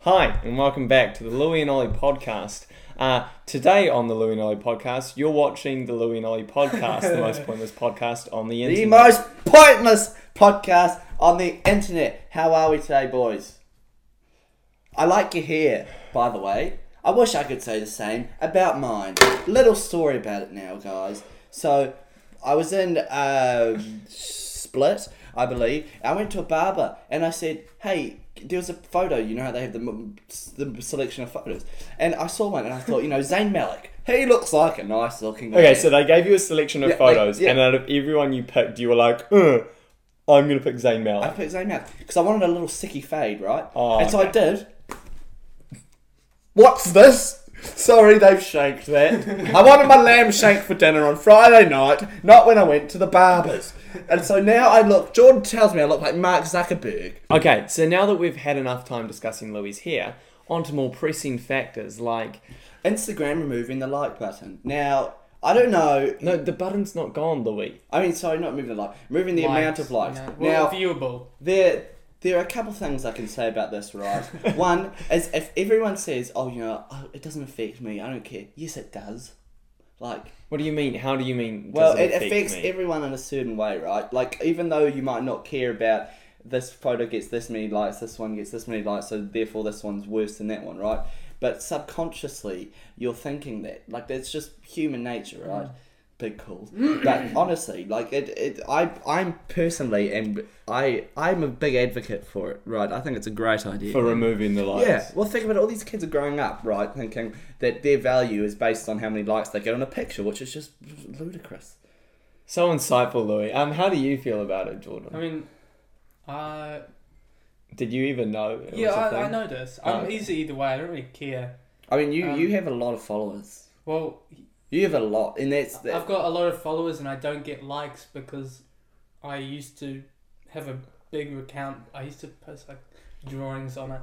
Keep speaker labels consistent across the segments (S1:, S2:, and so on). S1: Hi, and welcome back to the Louie and Ollie podcast. Uh, today on the Louie and Ollie podcast, you're watching the Louie and Ollie podcast, the most pointless podcast on the
S2: The
S1: internet.
S2: most pointless podcast on the internet. How are we today, boys? I like your hair, by the way. I wish I could say the same about mine. Little story about it now, guys. So, I was in uh, Split, I believe. I went to a barber and I said, "Hey, there was a photo. You know how they have the m- the selection of photos." And I saw one and I thought, you know, Zayn Malik. He looks like a nice looking.
S1: okay, so they gave you a selection of
S2: Yeah, like,
S1: photos,
S2: yeah.
S1: and out of everyone you picked, you were like, "Ugh, I'm going to pick Zayn
S2: I
S1: Malik.
S2: put his name out because I wanted a little sicky fade, right?
S1: Oh,
S2: and so
S1: okay.
S2: I did. What's this? Sorry, they've shanked that. I wanted my lamb shank for dinner on Friday night, not when I went to the barber's. And so now I look. Jordan tells me I look like Mark Zuckerberg.
S1: Okay, so now that we've had enough time discussing Louie's hair, on to more pressing factors like.
S2: Instagram removing the like button. Now I don't know.
S1: No, the button's not gone, Louie.
S2: I mean, sorry, not moving the like, moving the amount of likes.
S3: No.
S2: Now
S3: Well, viewable.
S2: There, there are a couple things I can say about this, right? One is if everyone says, "Oh, you know, oh, it doesn't affect me. I don't care." Yes, it does. Like,
S1: What do you mean? How do you mean? does
S2: well, it, affects
S1: me?
S2: everyone in a certain way, right? Like, even though you might not care about this photo gets this many likes, this one gets this many likes, so therefore this one's worse than that one, right? But subconsciously, you're thinking that. Like, that's just human nature,
S1: Mm.
S2: right? Big calls. but honestly, like it, it I I'm personally and I I'm a big advocate for it, right? I think it's a great idea.
S1: For removing the likes.
S2: Yeah, well, think about it. All these kids are growing up, right, thinking that their value is based on how many likes they get on a picture, which is just ludicrous.
S1: So insightful, Louis. Um, how do you feel about it, Jordan?
S3: I mean, uh,
S1: Did you even know? It
S3: yeah,
S1: was a
S3: I, I
S1: thing?
S3: know this.
S1: Oh,
S3: I'm
S1: okay.
S3: easy either way. I don't really care.
S2: I mean, you
S3: Um,
S2: you have a lot of followers.
S3: Well,
S2: You have a lot, and that's that,
S3: I've got a lot of followers and I don't get likes because I used to have a big account. I used to post like drawings on it,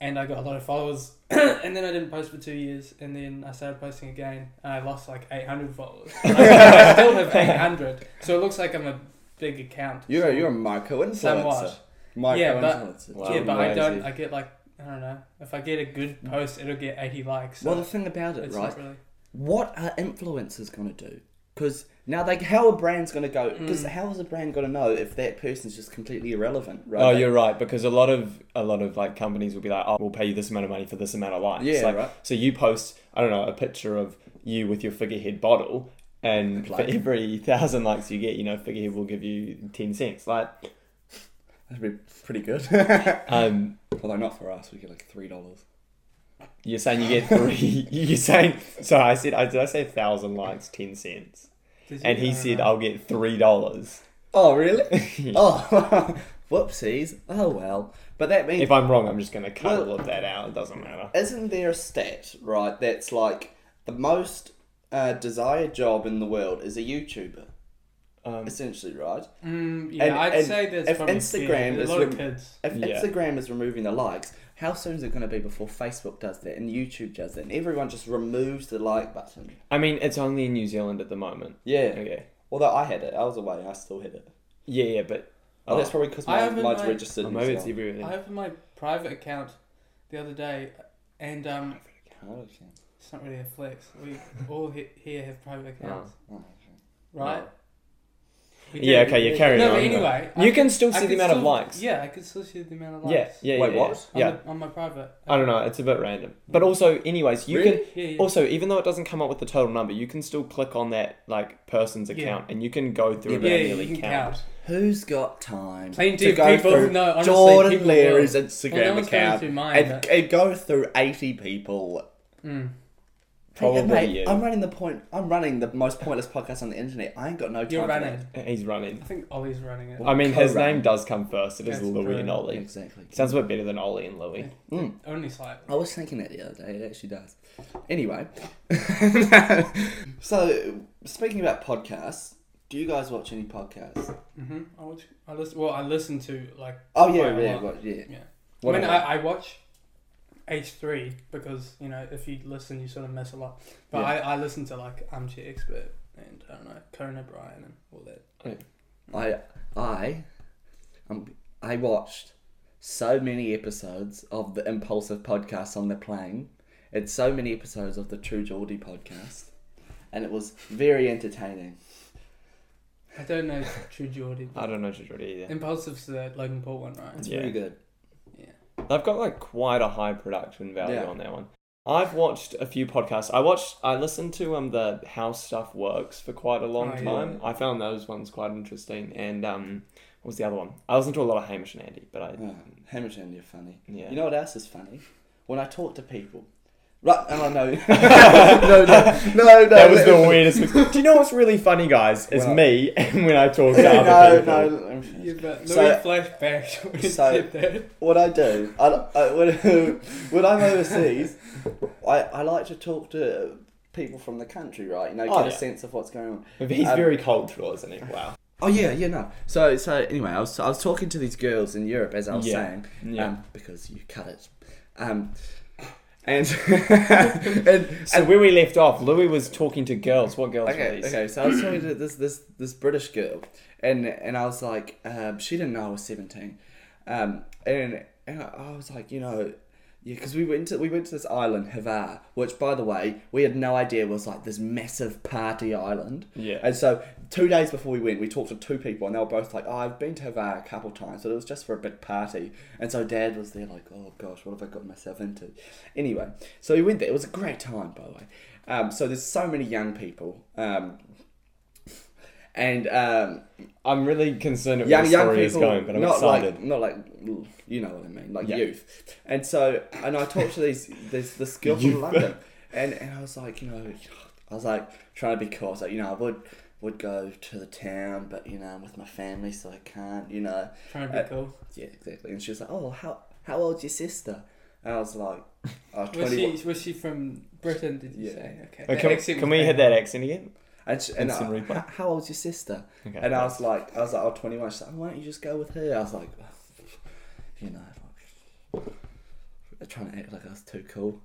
S3: and I got a lot of followers. and then I didn't post for two years, and then I started posting again, and I lost like 800 followers. I still have 800, so it looks like I'm a big account.
S2: you're a- you're a micro influencer.
S3: Somewhat.
S2: Micro
S3: Yeah, but-
S2: influencer.
S1: Wow. Mm.
S3: yeah, but I don't.
S2: Amazing.
S3: I get like I don't know. If I get a good post, it'll get eighty likes. So
S2: Well, the thing about it,
S3: it's
S2: right?
S3: not really.
S2: What are influencers gonna do? Because now, like, how are brands gonna go? Because
S3: Mm.
S2: how is a brand gonna know if that person's just completely irrelevant? Right?
S1: Oh, you're right because a lot of a lot of like companies will be like, "Oh, we'll pay you this amount of money for this amount of likes."
S2: Yeah,
S1: like,
S2: right.
S1: So you post, I don't know, a picture of you with your figurehead bottle, and
S2: Like-
S1: for every thousand likes you get, you know, figurehead will give you ten cents. Like,
S2: That'd be pretty good.
S1: um,
S2: Although not for us, we get like three dollars.
S1: you're saying you get three. you're saying sorry. I said, I did I say thousand likes, ten cents?
S3: Does
S1: And
S3: it-
S1: he
S3: I don't
S1: said,
S3: know.
S1: "I'll get three dollars."
S2: Oh, really? oh, whoopsies. Oh, well. But that means.
S1: If I'm wrong, I'm just going to cut
S2: Well-
S1: all of that out. It doesn't matter.
S2: isn't there a stat, right, that's like the most uh, desired job in the world is a YouTuber?
S1: Um,
S2: Essentially, right?
S3: Mm, yeah,
S2: and-
S3: I'd
S2: and
S3: say that's
S2: if
S3: probably
S2: Instagram
S3: fair. There's
S2: is
S3: a lot
S2: rem-
S3: of kids.
S2: If
S1: Yeah.
S2: Instagram is removing the likes, how soon is it going to be before Facebook does that and YouTube does that and everyone just removes the like button?
S1: I mean, it's only in New Zealand at the moment.
S2: Yeah.
S1: Okay.
S2: Although I had it, I was away, I still had it.
S1: Yeah, yeah, but
S2: Oh,
S1: oh,
S2: that's probably because
S3: I
S2: my,
S3: haven't,
S2: mine's
S3: like-
S2: registered.
S1: oh,
S2: in
S1: maybe
S2: New
S1: it's
S2: Zealand.
S1: everywhere.
S3: I opened my private account the other day, and um,
S2: Oh, okay.
S3: it's not really a flex. We all he- here have private accounts,
S2: Oh, okay.
S3: right? We
S1: Yeah,
S3: do.
S1: okay, you're carrying
S3: no,
S1: on,
S3: but
S1: though.
S3: anyway,
S1: You can still
S3: I
S1: see the
S3: could
S1: amount of
S3: still-
S1: likes.
S3: Yeah, I can still see the amount of likes.
S1: Yeah, yeah, yeah.
S2: Wait,
S1: yeah.
S2: what?
S3: On,
S1: Yeah.
S3: the, on my private.
S1: I don't know. It's a bit random. But also, anyways, you
S2: Really?
S1: can.
S3: Yeah, yeah.
S1: Also, even though it doesn't come up with the total number, you can still click on that like person's account, and you can go through
S3: yeah,
S1: it
S3: yeah,
S1: and
S3: you
S1: really
S3: can
S1: count.
S3: count.
S2: Who's got time
S3: Plenty of people.
S2: through
S3: No, honestly,
S2: Jordan
S3: people
S2: Leary's
S3: will. Well,
S2: Instagram
S3: no one's going
S2: account
S3: through mine,
S2: and,
S3: but-
S2: and go through eighty people?
S3: Mm.
S1: Probably
S2: Mate,
S1: you.
S2: I'm running the point. I'm running the most pointless podcast on the internet. I ain't got no time.
S3: You're
S2: for that.
S3: running.
S1: He's
S3: I
S1: running.
S3: think Ollie's running it.
S1: I mean, his
S2: Co-running.
S1: name does come first. It is
S3: That's
S1: Louis and
S3: correct.
S1: Ollie.
S2: Exactly.
S1: Sounds a bit better than Ollie and Louis.
S3: Yeah.
S2: Mm.
S3: Only slightly.
S2: I was thinking that the other day. It actually does. Anyway, so speaking about podcasts, do you guys watch any podcasts?
S3: Mm-hmm. I watch. I listen. Well, I listen to like.
S2: Oh yeah,
S3: quite a
S2: yeah,
S3: lot.
S2: what, yeah.
S3: Yeah.
S2: What
S3: I mean,
S2: about-
S3: I, I watch H three because you know if you listen, you sort of miss a lot. But
S2: Yeah.
S3: I, I listen to like Armchair Expert and I don't know Conan O'Brien and all that.
S2: I I um I watched so many episodes of the Impulsive podcast on the plane, and so many episodes of the True Geordie podcast, and it was very entertaining.
S3: I don't know True Geordie.
S1: I don't know Jujutsu either.
S3: Impulsive's the Logan Paul one, right?
S2: It's
S1: Yeah.
S2: pretty good.
S1: They've got like quite a high production value
S2: Yeah.
S1: on that one. I've watched a few podcasts. I watched, I listened to um the How Stuff Works for quite a long
S3: Oh, yeah.
S1: time. I found those ones quite interesting. And um, what was the other one? I listened to a lot of Hamish and Andy, but I
S2: Oh, Hamish and you're funny.
S1: yeah.
S2: You know what else is funny? When I talk to people. Right, oh no. no, no, no, no.
S1: that was the weirdest. Do you know what's really funny, guys? Is
S2: Well-
S1: me and when I talk to
S2: no,
S1: other people.
S2: no.
S3: Yeah, but Louis
S2: So-
S3: flashed back when he
S2: so-
S3: said that.
S2: What I do, I, I, when, when I'm overseas, I, I like to talk to people from the country, right? You know, get
S1: Oh,
S2: a
S1: yeah.
S2: sense of what's going on.
S1: He's
S2: Um,
S1: very cultural, isn't he? Wow.
S2: Oh yeah, yeah, no. So, so anyway, I was, I was talking to these girls in Europe, as I was
S1: Yeah.
S2: saying,
S1: Yeah.
S2: um, because you cut it, um, and and
S1: so where we left off, Louis was talking to girls. What girls were
S2: Okay,
S1: these?
S2: okay. So I was talking to this this this British girl, and and I was like, um, she didn't know I was seventeen, um, and and I, I was like, you know, yeah, because we went to we went to this island Havar, which by the way we had no idea was like this massive party island.
S1: Yeah.
S2: And so two days before we went, we talked to two people, and they were both like, "Oh, I've been to Havar a couple times, but it was just for a big party." And so Dad was there, like, "Oh gosh, what have I got myself into?" Anyway, so we went there. It was a great time, by the way. Um, so there's so many young people, um, and um,
S1: I'm really concerned at where
S2: young
S1: the
S2: young
S1: story is
S2: people,
S1: going, but I'm
S2: not
S1: excited.
S2: like not like you know what I mean, like
S1: Yeah.
S2: youth. And so, and I talked to these this this girl from London, and, and I was like, you know, I was like trying to be cool. I was like, you know, I would would go to the town, but you know, I'm with my family, so I can't, you know.
S3: Trying to be cool.
S2: Yeah, exactly. And she was like, oh, how how old's your sister? And I was like, oh,
S3: Was
S2: 21.
S3: she, was she from Britain, did you
S2: Yeah.
S3: say? Okay.
S1: Uh,
S3: that
S1: can,
S3: accent
S1: can
S3: was
S1: we hit
S3: bad.
S1: that accent again?
S2: And, she, and I,
S1: Instant replay.
S2: "How- how old's your sister?
S1: Okay.
S2: And I was like, I was like, oh, 21. She's like, why don't you just go with her? I was like, you know, like, trying to act like I was too cool.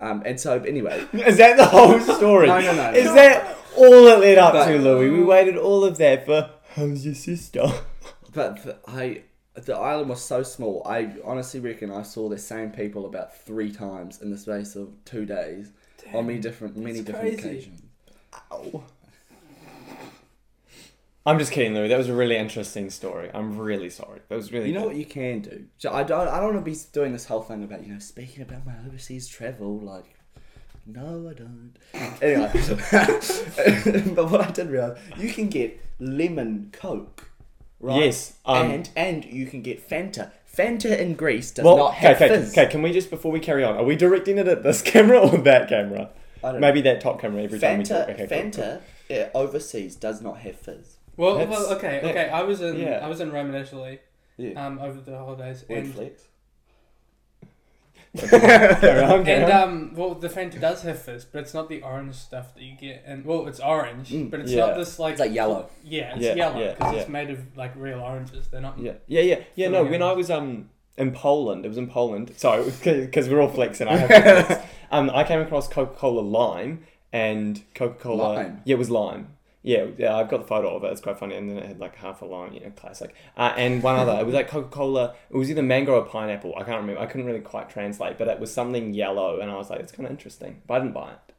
S2: Um, and so, anyway,
S1: Is that the whole story?
S2: No, no, no.
S1: Is that all it led up
S2: But-
S1: to, Louis? We waited all of that for how's your sister?
S2: but the, I, the island was so small. I honestly reckon I saw the same people about three times in the space of two days on many different, many
S3: that's
S2: different
S3: crazy.
S2: occasions.
S1: I'm just kidding, Louis. That was a really interesting story. I'm really sorry. That was really.
S2: You know
S1: good.
S2: what you can do. So I don't. I don't want to be doing this whole thing about you know speaking about my overseas travel. Like, no, I don't. anyway, but what I did realize, you can get lemon coke, right?
S1: Yes, um,
S2: and and you can get Fanta. Fanta in Greece does
S1: Well,
S2: not
S1: okay,
S2: have
S1: okay,
S2: fizz.
S1: okay. Can we just before we carry on, are we directing it at this camera or that camera?
S2: I don't
S1: Maybe that top camera every time we
S2: Fanta,
S1: talk. Okay, cool.
S2: Fanta yeah, overseas does not have fizz.
S3: Well,
S1: That's-
S3: well, okay,
S1: that-
S3: okay. I was in
S1: yeah.
S3: I was in Rome and Italy
S2: Yeah,
S3: um, over the holidays,
S2: Word
S3: and
S2: flex.
S1: Carry on, carry
S3: and
S1: on.
S3: um, well, the Fanta does have fizz, but it's not the orange stuff that you get. And well, it's orange,
S2: Mm,
S3: but it's
S1: yeah.
S3: not this like
S2: It's like yellow.
S3: yeah, it's
S1: Yeah,
S3: yellow
S1: yeah,
S3: because it's
S1: yeah.
S3: made of like real oranges. They're not.
S1: Yeah, yeah, yeah, yeah. No,
S3: Filling
S1: when
S3: in.
S1: I was um in Poland, it was in Poland. Sorry, because we're all flexing. I have to flex. Um, I came across Coca Cola Lime and Coca Cola.
S2: Lime?
S1: Yeah, it was lime. Yeah, yeah, I've got the photo of it. It's quite funny. And then it had like half a lime, you know, classic. Uh, and one other, it was like Coca Cola. It was either mango or pineapple. I can't remember. I couldn't really quite translate, but it was something yellow, and I was like, it's kind of interesting. But I didn't buy it.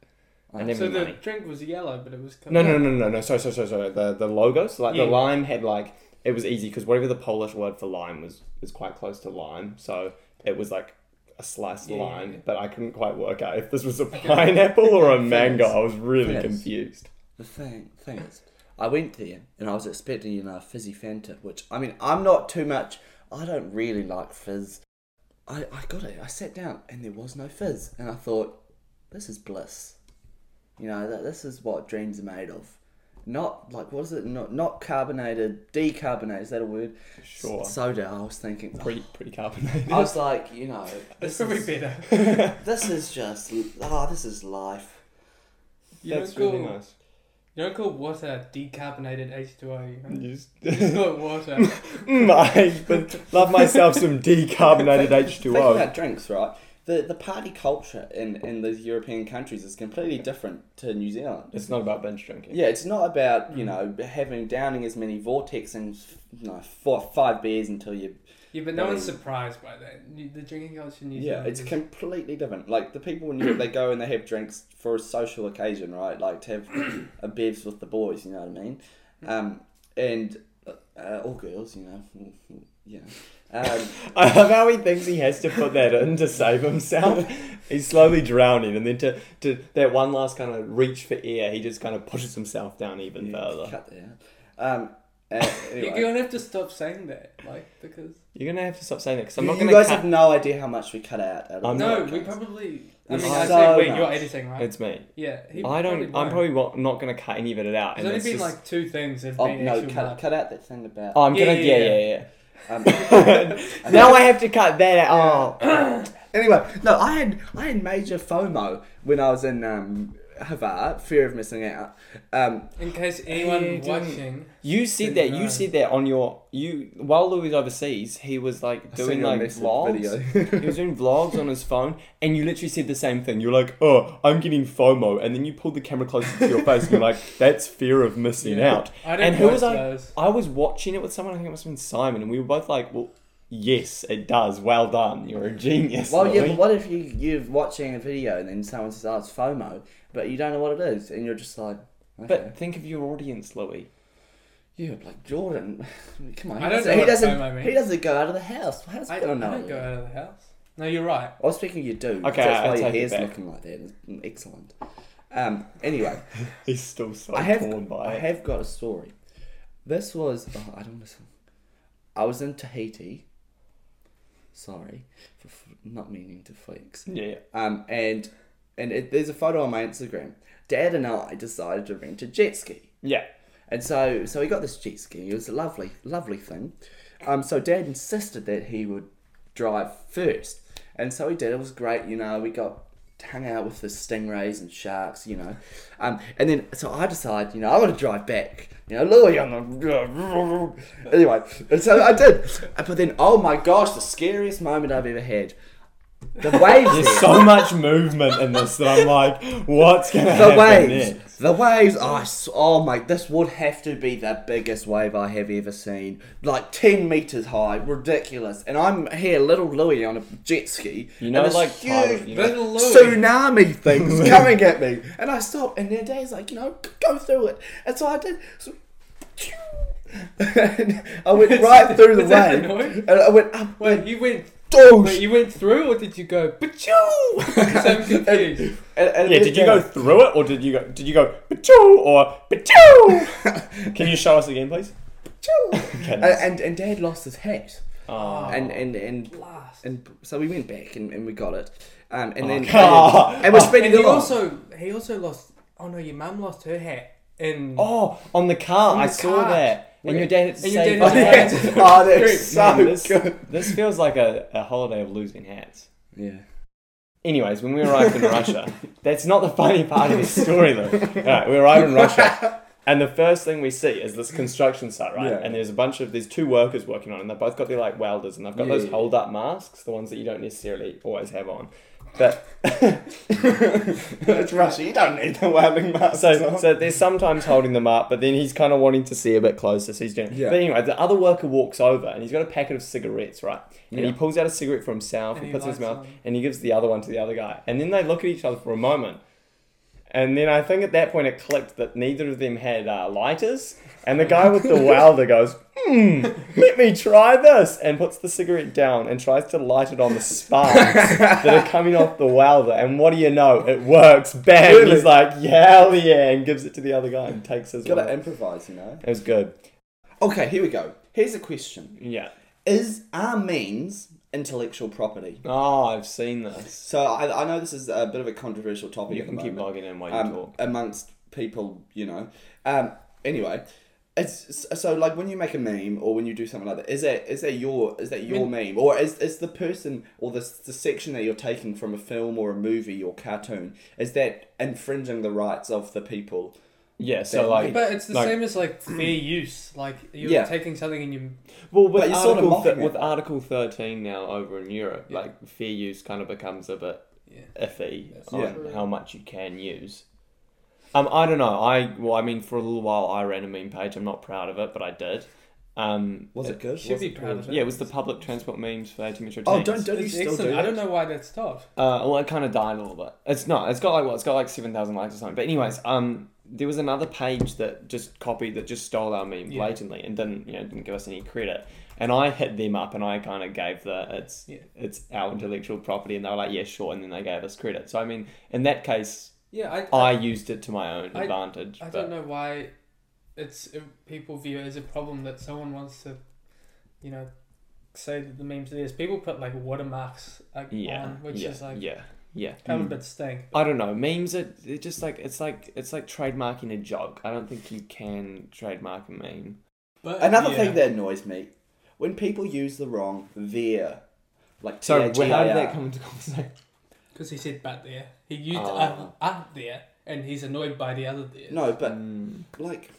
S1: I
S2: Oh.
S1: never
S3: So
S1: so
S3: the drink was yellow, but it was
S1: no, no, no, no, no. Sorry, sorry, sorry, sorry. The the logos, like the
S3: Yeah.
S1: lime had like it was easy because whatever the Polish word for lime was was quite close to lime, so it was like a sliced
S3: Yeah, yeah,
S1: lime.
S3: yeah.
S1: But I couldn't quite work out if this was a pineapple or a mango. I was really
S2: Yes.
S1: confused.
S2: The thing, thing is, I went there and I was expecting, you know, a fizzy Fanta, which, I mean, I'm not too much, I don't really like fizz. I, I got it, I sat down and there was no fizz. And I thought, this is bliss. You know, that, this is what dreams are made of. Not, like, what is it? Not, not carbonated, decarbonated, is that a word?
S1: Sure.
S2: S- Oh, soda, I was thinking.
S1: Pretty pretty carbonated.
S2: I was like, you know, this
S3: It's probably
S2: is,
S3: better.
S2: this is just, ah, this is life.
S3: You
S1: That's
S3: don't call
S1: really nice.
S3: you don't call water decarbonated H two O. You
S1: You just-
S3: just call it water.
S1: Mm, I but love myself some decarbonated H two
S2: Thinking
S1: O.
S2: about drinks, right? The the party culture in in those European countries is completely different to New Zealand.
S1: It's not about binge drinking.
S2: Yeah, it's not about you know having downing as many vortex and you know, four five beers until you
S3: Yeah, but no
S2: I
S3: one's
S2: mean-
S3: surprised by that. You- The drinking culture in New
S2: Yeah,
S3: Zealand.
S2: it's
S3: is-
S2: completely different. Like the people in Europe, they go and they have drinks for a social occasion, right? Like to have a bevs with the boys. You know what I mean? Um, and uh, all girls, you know, yeah. Um,
S1: I love how he thinks he has to put that in to save himself. He's slowly drowning, and then to, to that one last kind of reach for air, he just kind of pushes himself down even further.
S2: cut that out. Um, uh,
S3: You're
S2: anyway.
S3: gonna have to stop saying that, like, because
S1: You're gonna have to stop saying that because I'm
S2: You,
S1: not
S2: you
S1: gonna.
S2: guys
S1: cut-
S2: have no idea how much we cut out.
S1: I'm
S2: out of
S3: no,
S2: the
S3: we
S2: podcast.
S3: probably. I
S2: There's
S3: mean, I
S1: so
S3: say we.
S2: much.
S3: You're editing, right?
S1: It's me.
S3: yeah. he
S1: I don't. I'm
S3: won't.
S1: probably wa- not gonna cut any of it out.
S3: There's
S1: And
S3: only
S1: it's
S3: been
S1: just,
S3: like two things have
S2: Oh
S3: been
S2: no,
S3: actual
S2: cut,
S3: mark.
S2: cut out that thing about.
S1: oh, I'm
S3: Yeah,
S1: gonna.
S3: yeah,
S1: Yeah,
S3: yeah.
S1: yeah, yeah.
S2: Um,
S1: now I have to cut that out. Oh,
S2: Anyway, no, I had I had major FOMO when I was in um, Havard, fear of missing out. Um,
S3: In case anyone
S1: you don't-
S3: watching,
S1: you said that. You said that on your you while Louis was overseas, he was like
S2: I sent
S1: doing
S2: you a
S1: like
S2: message
S1: vlogs. he was doing vlogs on his phone, and you literally said the same thing. You're like, "Oh, I'm getting FOMO," and then you pulled the camera closer to your face, and you're like, "That's fear of missing
S3: Yeah.
S1: out."
S3: I don't
S1: And who was
S3: watch
S1: I?
S3: those.
S1: I was watching it with someone. I think it must have been Simon, and we were both like, "Well, yes, it does. Well done. You're a genius."
S2: Well, yeah,
S1: Louis."
S2: but what if you you're watching a video and then someone says, "Oh, it's FOMO," but you don't know what it is, and you're just like, okay.
S1: But think of your audience, Louis.
S2: you like Jordan, come on,
S3: I
S2: he
S3: don't
S2: doesn't,
S3: know
S2: he
S3: what
S2: doesn't,
S3: FOMO means.
S2: he doesn't go out of the house. How's
S3: I,
S2: he
S3: I
S2: gonna
S3: don't
S2: know?
S3: go out of the house. No, you're right.
S2: I was thinking you do.
S1: Okay,
S2: that's
S1: I-
S2: why
S1: I
S2: your
S1: take it
S2: hair's
S1: back.
S2: looking like that. It's mm, excellent. Um, anyway,
S1: He's still so
S2: I have
S1: torn by
S2: I
S1: it.
S2: have got a story. This was oh, I don't want to. I was in Tahiti. Sorry for f- not meaning to flex.
S1: Yeah.
S2: Um, and and it, there's a photo on my Instagram. Dad and I decided to rent a jet ski,
S1: Yeah.
S2: and so so we got this jet ski. It was a lovely, lovely thing. Um, so Dad insisted that he would drive first, and so he did. It was great, you know. We got hung out with the stingrays and sharks, you know. Um, and then so I decided, you know, I want to drive back. You know, Louis, I'm gonna... anyway. And so I did. But then, oh my gosh, the scariest moment I've ever had. The waves. there.
S1: There's so much movement in this that I'm like, what's gonna
S2: the
S1: happen
S2: waves,
S1: next?
S2: the waves. I s- oh my, this would have to be the biggest wave I have ever seen, like ten meters high, ridiculous. And I'm here, little Louis, on a jet ski.
S1: You know,
S2: and this
S1: like
S2: huge
S1: pirate, you know-
S3: Little Louis.
S2: tsunami things coming at me, and I stop. And their dad's like, you know, go through it. And so I did. So, and I went right through the
S3: Is that
S2: wave,
S3: the noise?
S2: and I went up.
S3: Wait,
S2: and-
S3: you went.
S2: Oh,
S3: Wait, you went through, or did you go? But you. I'm confused.
S2: and- and
S1: Yeah,
S2: their
S1: did you
S2: dad-
S1: go through it or did you go did you go Pachoo or Pachoo? Can you show us again please? Okay,
S2: Uh,
S1: nice.
S2: and and dad lost his hat
S1: Oh.
S2: and and and
S3: Blast.
S2: and so we went back and, and we got it um and then
S1: Oh, God.
S2: and, then- and we're spending
S3: And he
S2: a lot
S3: also he also lost. Oh no, your mum lost her hat in.
S1: Oh, on the car,
S3: On
S1: I
S3: the
S1: saw
S3: car.
S1: that. And your dad had to
S3: And your
S1: save
S3: dad
S1: his
S3: had
S1: hat.
S3: to save-
S2: oh they're so
S1: Man, this,
S2: good
S1: this feels like a, a holiday of losing hats.
S2: yeah
S1: Anyways, when we arrived in Russia, that's not the funny part of the story, though. Alright, we arrived in Russia, and the first thing we see is this construction site, right?
S2: Yeah.
S1: And there's a bunch of there's two workers working on, it, and they've both got their like welders, and they've got
S2: Yeah,
S1: those
S2: yeah, yeah.
S1: hold up masks, the ones that you don't necessarily always have on. But
S2: it's Russia you don't need the welding mask
S1: so so they're sometimes holding them up, but then he's kind of wanting to see a bit closer, so he's doing.
S2: Yeah.
S1: But anyway, the other worker walks over, and he's got a packet of cigarettes, right? And
S2: Yeah.
S1: he pulls out a cigarette for himself, and,
S3: And he
S1: puts it in his
S3: lights
S1: mouth,
S3: one.
S1: and he gives the other one to the other guy, and then they look at each other for a moment. And then I think at that point it clicked that neither of them had uh, lighters. And the guy with the welder goes, hmm, let me try this. And puts the cigarette down and tries to light it on the sparks that are coming off the welder. And what do you know? It works. Bang.
S2: Really?
S1: He's like, yeah, hell yeah. And gives it to the other guy and takes his
S2: gotta
S1: one.
S2: improvise you know
S1: It was good.
S2: okay here we go here's a question
S1: Yeah.
S2: is our means intellectual property
S1: Oh, I've seen this.
S2: so I, I know this is a bit of a controversial topic
S1: You
S2: at
S1: can
S2: the
S1: keep
S2: moment.
S1: logging in while you
S2: um,
S1: talk.
S2: amongst people, you know. Um, anyway, it's so like when you make a meme or when you do something like that, is that is that your is that your meme or is is the person or the the section that you're taking from a film or a movie or cartoon is that infringing the rights of the people?
S1: Yeah, so like.
S3: But it's the
S1: like-
S3: same as like fair use. Like you're
S2: Yeah.
S3: taking something and you.
S1: Well, with
S2: But you're sort of
S1: Article
S2: mocking
S1: thi-
S2: it.
S1: with Article thirteen now over in Europe,
S3: Yeah.
S1: like fair use kind of becomes a bit
S3: Yeah.
S1: iffy
S3: That's
S1: E on
S2: Yeah.
S1: how much you can use. Um, I don't know. I well, I mean, for a little while I ran a meme page. I'm not proud of it, but I did. Um,
S2: Was it good?
S3: Should
S2: Was
S3: be
S2: it
S3: proud
S2: cool?
S3: of
S1: yeah, it was the public transport memes for Aotearoa Metro
S2: Oh,
S1: Tanks.
S2: don't don't you
S3: It's
S2: still
S3: excellent.
S2: do
S3: I don't
S2: that?
S3: know why that stopped.
S1: Uh, well, it kind of died a little bit. It's not. It's got like what? It's got like seven thousand likes or something. But anyways, um, there was another page that just copied that just stole our meme
S3: Yeah.
S1: blatantly and didn't you know didn't give us any credit. And I hit them up and I kind of gave the it's
S3: Yeah.
S1: it's our intellectual property and they were like yeah sure and then they gave us credit. So I mean in that case
S3: Yeah, I
S1: I used it to my own
S3: I-
S1: advantage.
S3: I
S1: but
S3: don't know why it's if people view it as a problem that someone wants to, you know, say that the memes are theirs. People put like watermarks like,
S1: Yeah,
S3: on, which
S1: yeah,
S3: is like
S1: yeah, yeah.
S3: kind of a bit stink.
S1: I don't know. Memes are they're just like it's like it's like trademarking a joke. I don't think you can trademark a meme.
S3: But
S2: Another
S3: yeah.
S2: thing that annoys me when people use the wrong there, like
S1: So how did
S2: T-H-E-I-R.
S1: that come into conversation?
S3: Because he said but there. He used
S1: Oh.
S3: uh, uh there and he's annoyed by the other there.
S2: No, but
S1: Mm.
S2: like,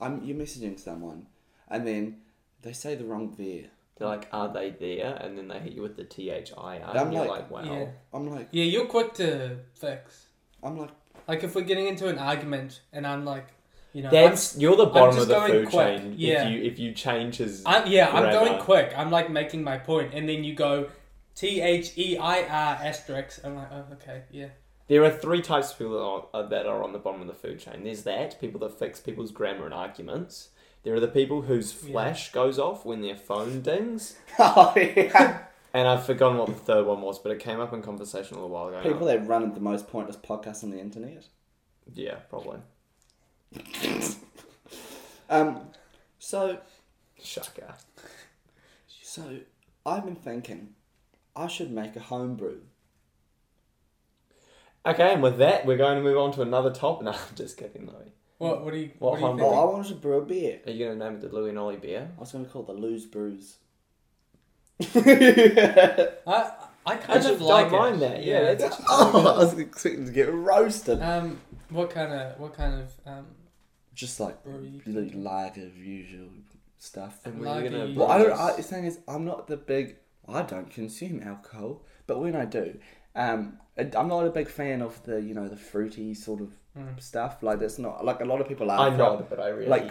S2: I'm you're messaging someone, and then they say the wrong there.
S1: They're like, are they there? And then they hit you with the T H I R.
S2: I'm
S1: And you're like,
S2: like-
S1: wow.
S3: Yeah.
S2: I'm like,
S3: Yeah, you're quick to fix.
S2: I'm like,
S3: Like if we're getting into an argument and I'm like, you know, I'm,
S1: That's you're the bottom
S3: just
S1: of the
S3: going
S1: food
S3: quick,
S1: chain.
S3: yeah.
S1: If you if you change his
S3: I'm yeah, I'm
S1: Grammar.
S3: going quick. I'm like making my point, and then you go T H E I R asterisk. I'm like, oh, okay, yeah.
S1: There are three types of people that are- are, that are on the bottom of the food chain. There's that people that fix people's grammar and arguments. There are the people whose
S3: Yeah.
S1: flash goes off when their phone dings.
S2: oh yeah.
S1: And I've forgotten what the third one was, but it came up in conversation a little while ago.
S2: People that run the most pointless podcast on the internet.
S1: Yeah, probably.
S2: Um, so
S1: Shaka.
S2: so I've been thinking, I should make a homebrew.
S1: Okay, and with that, we're going to move on to another top. No, I'm just kidding, Louie.
S3: What? What do you?
S1: What
S3: What, do you
S1: home-
S2: Oh,
S3: think?
S2: I wanted to brew a beer.
S1: Are you going to name it the Louie and Ollie beer?
S2: I was going to call it the Lose Brews.
S3: I I
S1: I
S3: kind
S1: just
S3: of
S1: don't
S3: like
S1: mind
S3: it.
S1: that. Yeah, that's
S2: oh, I was expecting to get roasted.
S3: Um, what kind of what kind of um?
S2: Just like
S3: Brew.
S2: really lager usual stuff.
S1: And
S3: Lager
S1: we're gonna
S3: you-
S2: Well, I don't. I, the thing is, I'm not the big. I don't consume alcohol, but when I do, um, I- I'm not a big fan of the you know the fruity sort of
S3: Mm.
S2: stuff. Like that's not like a lot of people are.
S1: I
S2: for-
S1: nod, but I really
S2: like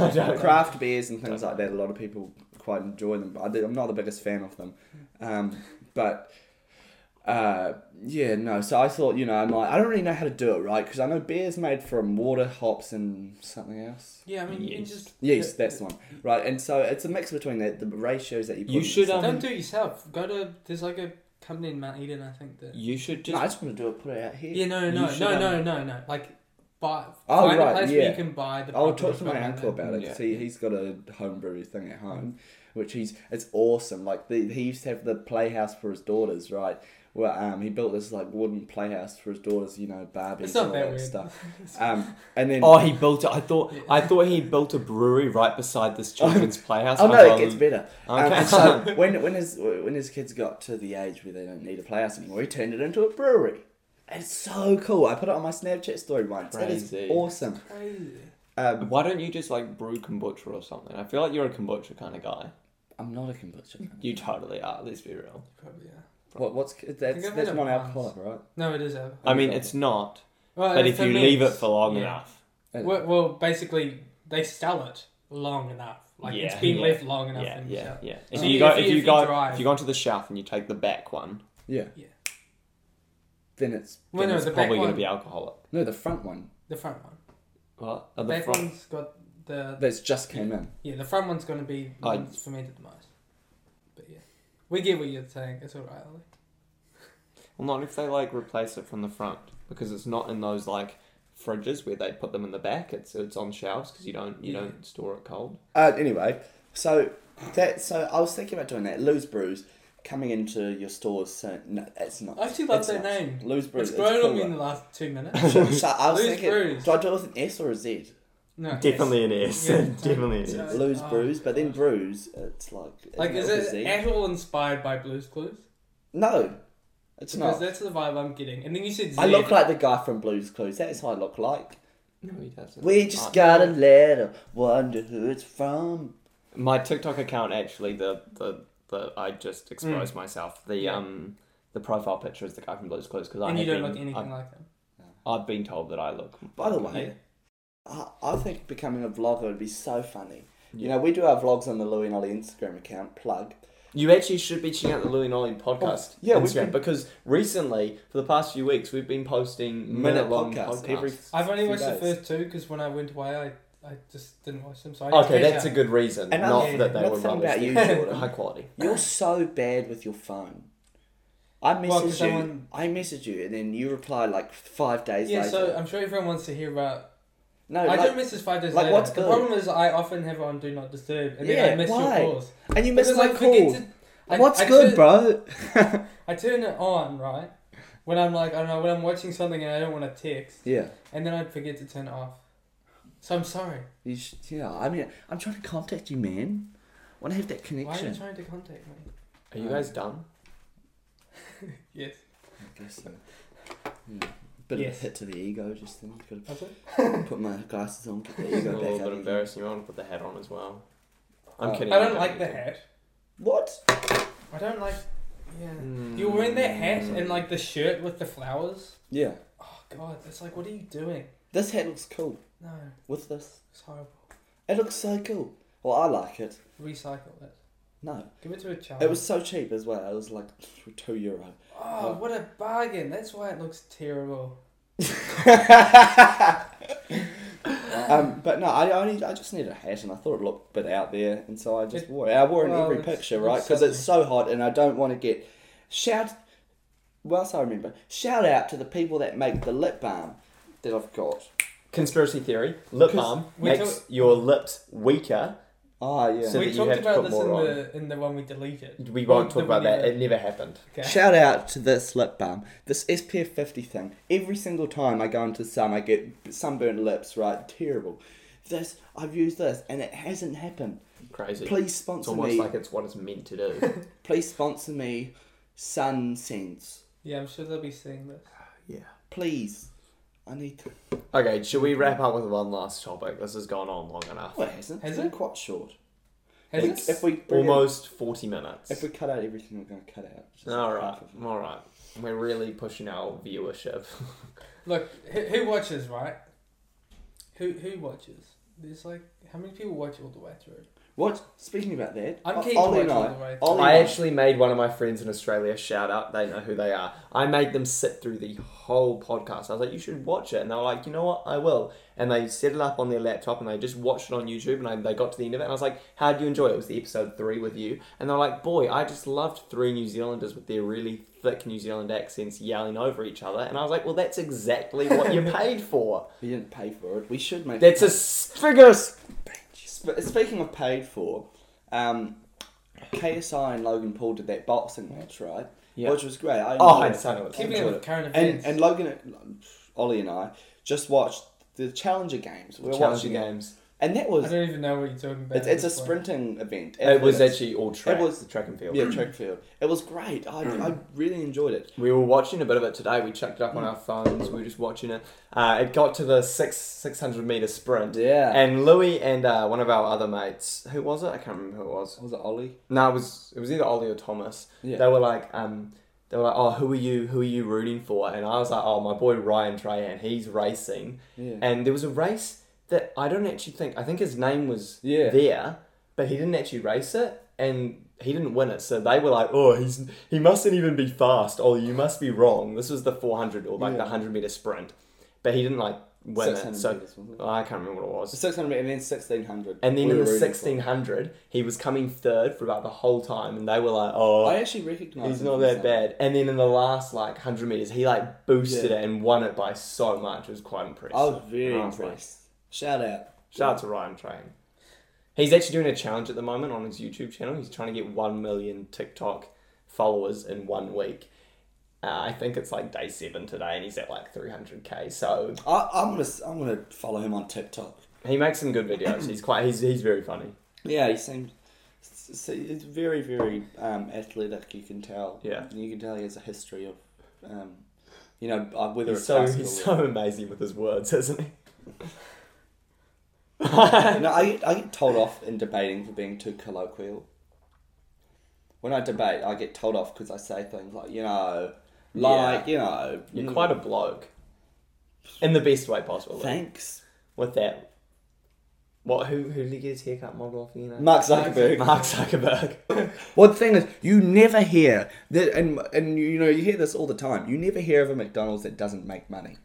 S1: I don't.
S2: craft beers and things like that. A lot of people quite enjoy them, but I do, I'm not the biggest fan of them. Um, but uh, yeah, no. So I thought, you know, I'm like, I don't really know how to do it right because I know beer's made from water, hops, and something else.
S3: Yeah, I mean you can
S1: Yeast.
S3: just
S2: Yes, that's the one. Right, and so it's a mix between the, the ratios that you. Put
S1: You
S2: in
S1: should,
S2: stuff.
S1: um,
S3: Don't do it yourself. Go to there's like a company in Mount Eden, I think that.
S1: You should just
S2: no, I just want to do it. Put it out here.
S3: Yeah, no,
S1: you
S3: no,
S1: should,
S3: no,
S1: um,
S3: no, no, no. Like, buy
S2: Oh,
S3: find
S2: right,
S3: a place
S2: yeah.
S3: where you can buy the.
S2: I'll
S3: property
S2: talk to my
S3: from and
S2: uncle
S3: then-
S2: about it. 'cause
S1: Yeah.
S2: He he's got a homebrew thing at home, which he's it's awesome. Like the, he used to have the playhouse for his daughters, right? Well, um, he built this like wooden playhouse for his daughters, you know, Barbies
S3: It's not
S2: and all
S3: that
S2: that
S3: weird.
S2: stuff. Um, and then
S1: Oh, he built it. I thought I thought he built a brewery right beside this children's playhouse.
S2: oh
S1: I
S2: no,
S1: thought-
S2: it gets better. Um,
S1: Okay.
S2: and so when when his when his kids got to the age where they don't need a playhouse anymore, he turned it into a brewery. It's so cool. I put it on my Snapchat story once. It is
S1: Crazy.
S2: awesome.
S3: Crazy.
S2: Um,
S1: Why don't you just like brew kombucha or something? I feel like you're a kombucha kind of guy.
S2: I'm not a kombucha. fan.
S1: You totally are. Let's be real.
S3: Probably, yeah.
S2: What, what's that's,
S3: I've
S2: that's
S3: had it once.
S2: non-alcoholic, right?
S3: No, it is out.
S1: I mean, it's not,
S3: Well,
S1: but
S3: Oh, it's
S1: if
S3: a
S1: you leave it
S3: mix.
S1: for long
S3: Yeah.
S1: enough,
S2: And-
S3: Well, well, basically, they sell it long enough. Like it's
S1: Yeah,
S3: been
S1: yeah.
S3: left long enough.
S1: yeah,
S3: in the
S1: yeah,
S3: shelf.
S1: yeah. If
S3: So
S1: you
S3: you-
S1: go,
S3: if you-
S1: if
S3: if
S1: you
S3: you
S1: go,
S3: drive-
S1: if you go onto the shelf and you take the back one,
S2: Yeah.
S3: Yeah.
S2: Then it's
S3: Well,
S2: then
S3: no,
S1: it's
S2: it's-
S3: the back
S1: probably going
S3: one-
S1: to be alcoholic.
S2: no, the front one
S3: The front one.
S1: What?
S3: The
S1: At the
S3: back
S1: front?
S3: one's got the
S2: that's just came in.
S3: yeah. The front one's gonna be the
S1: I-
S3: one that's fermented the most. But yeah, we get what you're saying. It's all right. Ollie.
S1: Well, not if they like replace it from the front because it's not in those like fridges where they put them in the back. It's it's on shelves because you don't you
S3: Yeah.
S1: don't store it cold.
S2: Uh, anyway, so that so I was thinking about doing that. Lose Brews coming into your stores. So no, it's not.
S3: I actually love
S2: it's not.
S3: that name.
S2: Lose Brews.
S3: It's grown on me
S2: cooler.
S3: in the last two minutes.
S2: so, so I was
S3: Lose
S2: thinking,
S3: Brews.
S2: do I do it with an S or a Z?
S3: No, yes.
S1: Definitely an S.
S3: Yeah.
S1: Definitely an
S3: So-
S1: S.
S2: Lose
S3: Oh,
S2: Brews, but then
S3: gosh.
S2: Brews. It's like isn't
S3: Like,
S2: it
S3: is
S2: with a
S3: it
S2: Z?
S3: at all inspired by Blue's Clues?
S2: No, it's
S3: Because
S2: not.
S3: that's the vibe I'm getting. And then you said Z.
S2: I look like the guy from Blues Clues. That's who I look like.
S1: No, he doesn't.
S2: We just
S1: Uh,
S3: Oh,
S2: gotta let 'em wonder who it's from.
S1: my TikTok account actually the the, the I just
S2: Mm.
S1: exposed myself. The
S3: Yeah.
S1: um the profile picture is the guy from Blue's Clues because I
S3: and you
S1: have been,
S3: don't look anything
S1: I've,
S3: like them.
S1: I've been told that I look.
S2: By the
S1: like
S2: way, I, I think becoming a vlogger would be so funny You know, we do our vlogs on the Louie and Ollie Instagram account. Plug.
S1: You actually should be checking out the Louie and Ollie podcast
S2: Oh, yeah, we've
S1: Instagram
S2: been-
S1: because recently, for the past few weeks, we've been posting minute long
S2: podcasts
S1: podcasts.
S2: every-
S3: I've only
S1: few
S3: watched the
S1: days.
S3: first two because when I went away, I, I just didn't watch them. So I didn't
S1: Okay,
S3: catch
S1: that's a
S3: up.
S1: good reason.
S2: And
S1: not
S3: another-
S1: that they
S2: another
S1: were
S2: thing
S1: rubbish.
S2: about you,
S1: they're
S2: Jordan.
S1: high quality.
S2: You're so bad with your phone. I messaged
S3: Well, 'cause
S2: you.
S3: someone-
S2: I messaged you, and then you replied like five days
S3: Yeah,
S2: later.
S3: so I'm sure everyone wants to hear about.
S2: no,
S3: I
S2: like-
S3: do miss this five days
S2: like,
S3: later.
S2: what's
S3: the
S2: good?
S3: problem is I often have it on do not disturb, and
S2: Yeah,
S3: then I miss
S2: why?
S3: your calls.
S2: and you missed
S3: Because
S2: my
S3: I forget
S2: call.
S3: to- I-
S2: What's
S3: I
S2: good,
S3: turn-
S2: bro?
S3: I turn it on right when I'm like I don't know when I'm watching something and I don't want to text.
S2: yeah.
S3: and then I'd forget to turn it off. So I'm sorry.
S2: You sh yeah, I mean, I'm trying to contact you, man. I want to have that
S3: Why are you
S2: connection.
S3: trying to contact me?
S1: Are you guys done?
S3: Yes.
S2: I guess so. Yeah. Bit
S3: Yes.
S2: of a hit to the ego, just then. Got
S3: That's it?
S2: to put my glasses on, get the
S1: It's a
S2: ego
S1: little
S2: back
S1: bit
S2: up. again.
S1: embarrassing. You want to put the hat on as well. I'm
S2: Oh.
S3: I
S1: kidding.
S3: don't like the
S1: that.
S3: hat.
S2: What?
S3: I don't like. Yeah.
S1: Hmm.
S3: You're wearing that hat and like the shirt with the flowers.
S2: Yeah.
S3: Oh god, it's like what are you doing?
S2: This hat looks cool.
S3: No,
S2: With this,
S3: it's horrible.
S2: it looks so cool. Well, I like it.
S3: Recycle it.
S2: No,
S3: Give it to a child.
S2: it was so cheap as well. It was like two euro.
S3: Oh, what a bargain! That's why it looks terrible.
S2: Um, but no, I only I just need a hat, and I thought it looked a bit out there, and so I just
S3: It-
S2: wore it. I wore it in
S3: well,
S2: every
S3: it's-
S2: picture,
S3: it's
S2: right? Because it's so hot, and I don't want to get shout. Whilst I remember, shout out to the people that make the lip balm that I've got.
S1: Conspiracy theory: lip
S2: 'Cause
S1: balm
S3: we
S1: makes
S3: talk-
S1: your lips weaker.
S2: Ah, yeah.
S1: So- that
S3: we
S1: you
S3: talked
S1: have to
S3: about
S1: put
S3: this in
S1: more
S3: the in the one we deleted.
S1: We won't
S3: Well,
S1: talk about
S3: we
S1: that.
S3: never-
S1: It never happened.
S3: Okay.
S2: Shout out to this lip balm, this SPF 50 thing. Every single time I go into the sun, I get sunburned lips, right? Terrible. This, I've used this, and it hasn't happened.
S1: Crazy.
S2: Please
S1: It's
S2: sponsor
S1: almost
S2: me.
S1: like it's what it's meant to do.
S2: Please sponsor me, Sun Sense.
S3: yeah, I'm sure they'll be seeing this.
S1: yeah.
S2: Please. I need to.
S1: Okay, should we wrap up with one last topic? This has gone on long enough.
S2: Oh, it hasn't.
S3: Has
S2: It's been
S3: it?
S2: quite short.
S3: Has
S2: We-
S3: it?
S2: If we bring it-
S1: Almost 40 minutes.
S2: if we cut out everything, we're going to cut out. just
S1: All right,
S2: half of it.
S1: all right. We're really pushing our viewership.
S3: Look, who, who watches, right? Who who watches? There's like how many people watch all the way through?
S2: What? Speaking about that,
S3: I'm
S2: O-
S3: keen to
S2: Ollie
S3: watch
S2: and
S3: all
S2: I.
S3: the way
S2: Ollie
S1: I
S2: and I-
S1: actually made one of my friends in Australia shout out. They know who they are. I made them sit through the whole podcast. I was like, "You should watch it," and they were like, "You know what? I will." And they set it up on their laptop and they just watched it on YouTube. And I, they got to the end of it and I was like, "How would you enjoy it?" It was the episode three with you, and they're like, "Boy, I just loved three New Zealanders with their really thick New Zealand accents yelling over each other." And I was like, "Well, that's exactly what you paid for.
S2: We didn't pay for it. We should make.
S1: That's a s- figure." of s-
S2: Sp- Speaking of paid for, um, KSI and Logan Paul did that boxing match, right?
S1: Yeah.
S2: Which was great. I
S1: Oh,
S2: enjoyed
S1: I don't know what
S3: Keeping
S2: enjoyed
S3: it with current
S2: And,
S3: events.
S2: and Logan, Ollie and I just watched the Challenger Games. We were
S1: Challenger
S2: watching it.
S1: games.
S2: And that was,
S3: I don't even know what you're talking about.
S2: it's, it's a
S3: at this point.
S2: sprinting event.
S1: It was
S2: athletics.
S1: actually all track.
S2: It was-
S1: the track and field.
S2: Yeah, track field. It was great. I,
S1: Mm.
S2: I really enjoyed it.
S1: We were watching a bit of it today. We chucked it up on our phones. We were just watching it. Uh, it got to the six six hundred meter sprint.
S2: Yeah.
S1: And Louis and uh, one of our other mates, who was it? I can't remember who it was.
S2: Was it Ollie?
S1: No, it was it was either Ollie or Thomas.
S2: Yeah.
S1: They were like, um, they were like, oh, who are you? Who are you rooting for? And I was like, oh, my boy Ryan Trahan. He's racing.
S2: Yeah.
S1: And there was a race that I don't actually think. I think his name was
S2: Yeah.
S1: there, but he didn't actually race it, and he didn't win it. So they were like, "Oh, he's he mustn't even be fast. Oh, you must be wrong. This was the 400 or like the
S2: Yeah.
S1: 100 meter sprint, but he didn't like win it.
S2: 600
S1: So
S2: meters, wasn't it?
S1: Oh, I can't remember what it was.
S2: 600 and then 1600.
S1: And then
S2: We
S1: in
S2: were
S1: the
S2: rooting for.
S1: 1600, he was coming third for about the whole time, and they were like, "Oh,
S2: I actually recognised
S1: He's
S2: him
S1: not
S2: from
S1: that
S2: somewhere.
S1: bad. And then in the last like hundred meters, he like boosted
S2: Yeah.
S1: it and won it by so much. It was quite impressive.
S2: I was very
S1: And I was like,
S2: impressed. Shout out.
S1: Shout out to Ryan Train. He's actually doing a challenge at the moment on his YouTube channel. He's trying to get one million TikTok followers in one week. Uh, I think it's like day seven today, and he's at like three hundred k. So
S2: I, I'm gonna s- I'm gonna follow him on TikTok.
S1: he makes some good videos. He's quite he's he's very funny.
S2: Yeah, he seemed. So it's very, very um, athletic. You can tell.
S1: Yeah.
S2: you can tell he has a history of, um, you know, uh, whether
S1: He's
S2: it's
S1: so
S2: basketball
S1: he's
S2: or-
S1: so amazing with his words, isn't he?
S2: no, I get, I get told off in debating for being too colloquial. When I debate, I get told off because I say things like you know, like you know,
S1: You're
S2: mm,
S1: quite a bloke, in the best way possible.
S2: thanks.
S1: With that What? Who? Who did he get his haircut model off? You know,
S2: Mark Zuckerberg.
S1: Mark Zuckerberg.
S2: One thing is, you never hear that, and and you know you hear this all the time. You never hear of a McDonald's that doesn't make money.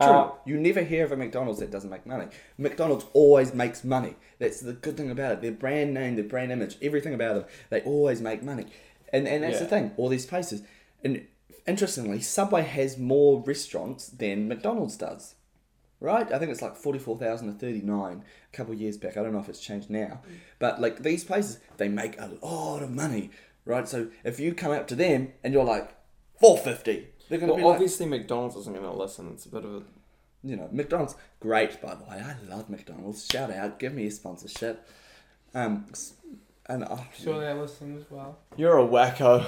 S2: True.
S1: Uh,
S2: you never hear of a McDonald's that doesn't make money. McDonald's always makes money. That's the good thing about it. Their brand name, their brand image, everything about them, they always make money. And and that's the
S1: Yeah.
S2: thing. All these places, and interestingly, Subway has more restaurants than McDonald's does. Right? I think it's like forty-four thousand to thirty-nine. A couple of years back, I don't know if it's changed now, but like these places, they make a lot of money, right? So if you come up to them and you're like four fifty, they're gonna
S1: well,
S2: be like,
S1: obviously McDonald's isn't going to listen. It's a bit of a
S2: you know, McDonald's, great by the way. I love McDonald's. Shout out, give me a sponsorship. Um, s- and oh,
S3: Sure, they're listening as well.
S1: You're a wacko.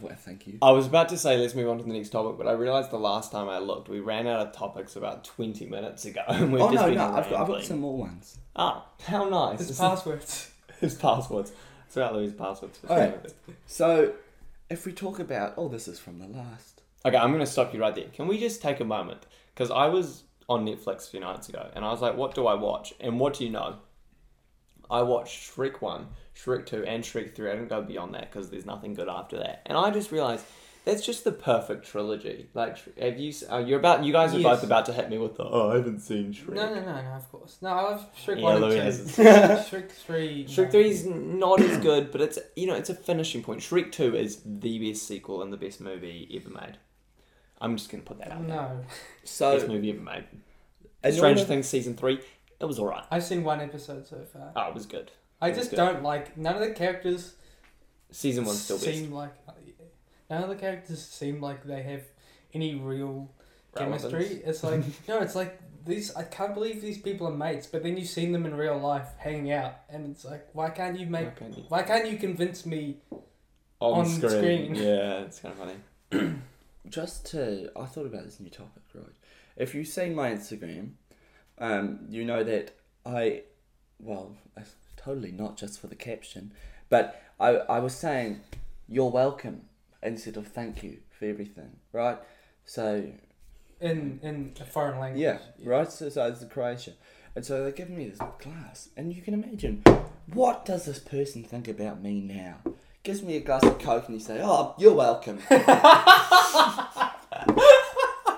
S2: well, thank you.
S1: I was about to say let's move on to the next topic, but I realised the last time I looked, we ran out of topics about twenty minutes ago, and we've
S2: Oh
S1: just
S2: no,
S1: been
S2: no, I've got, I've
S1: rambling.
S2: got some more ones.
S1: Ah, how nice!
S3: It's passwords.
S1: His passwords. It's about Louis' passwords. For
S2: Alright. So, if we talk about, oh, this is from the last.
S1: Okay, I'm going to stop you right there. Can we just take a moment? Because I was on Netflix a few nights ago, and I was like, "What do I watch?" And what do you know? I watched Shrek One, Shrek Two, and Shrek Three. I didn't go beyond that because there's nothing good after that. And I just realized that's just the perfect trilogy. Like, have you? s- Uh, you're about. You guys are
S3: Yes.
S1: both about to hit me with the. Oh, I haven't seen Shrek.
S3: No, no, no, no, of course. No, I've Shrek
S1: Yeah,
S3: 1
S1: Louis
S3: and 2.
S1: has
S3: Shrek 3.
S1: Shrek
S3: no.
S1: Three is not as good, but it's you know it's a finishing point. Shrek Two is the best sequel and the best movie ever made. I'm just gonna put that out. there.
S3: No.
S2: So,
S1: best movie ever made.
S2: in
S1: Stranger
S2: order-
S1: Things season three, it was alright.
S3: I've seen one episode so far.
S1: Oh, it was good.
S3: I
S1: it was
S3: just
S1: good.
S3: don't like. None of the characters
S1: Season one's still best.
S3: seem like. uh, None of the characters seem like they have any real
S1: Relevance.
S3: chemistry. It's like. no, it's like. These, I can't believe these people are mates, but then you've seen them in real life hanging out, and it's like, why can't you make,
S1: Okay, yeah.
S3: why can't you convince me
S1: On,
S3: on
S1: screen.
S3: screen.
S1: Yeah, it's kind of funny.
S2: just to I thought about this new topic, right? If you've seen my Instagram, um, you know that I well, it's totally not just for the caption, but I I was saying you're welcome instead of thank you for everything, right? So
S3: in in a foreign language?
S2: yeah, right. So, so it's Croatia, and so they give me this glass, and you can imagine, what does this person think about me now? Gives me a glass of coke, and you say, "Oh, you're welcome."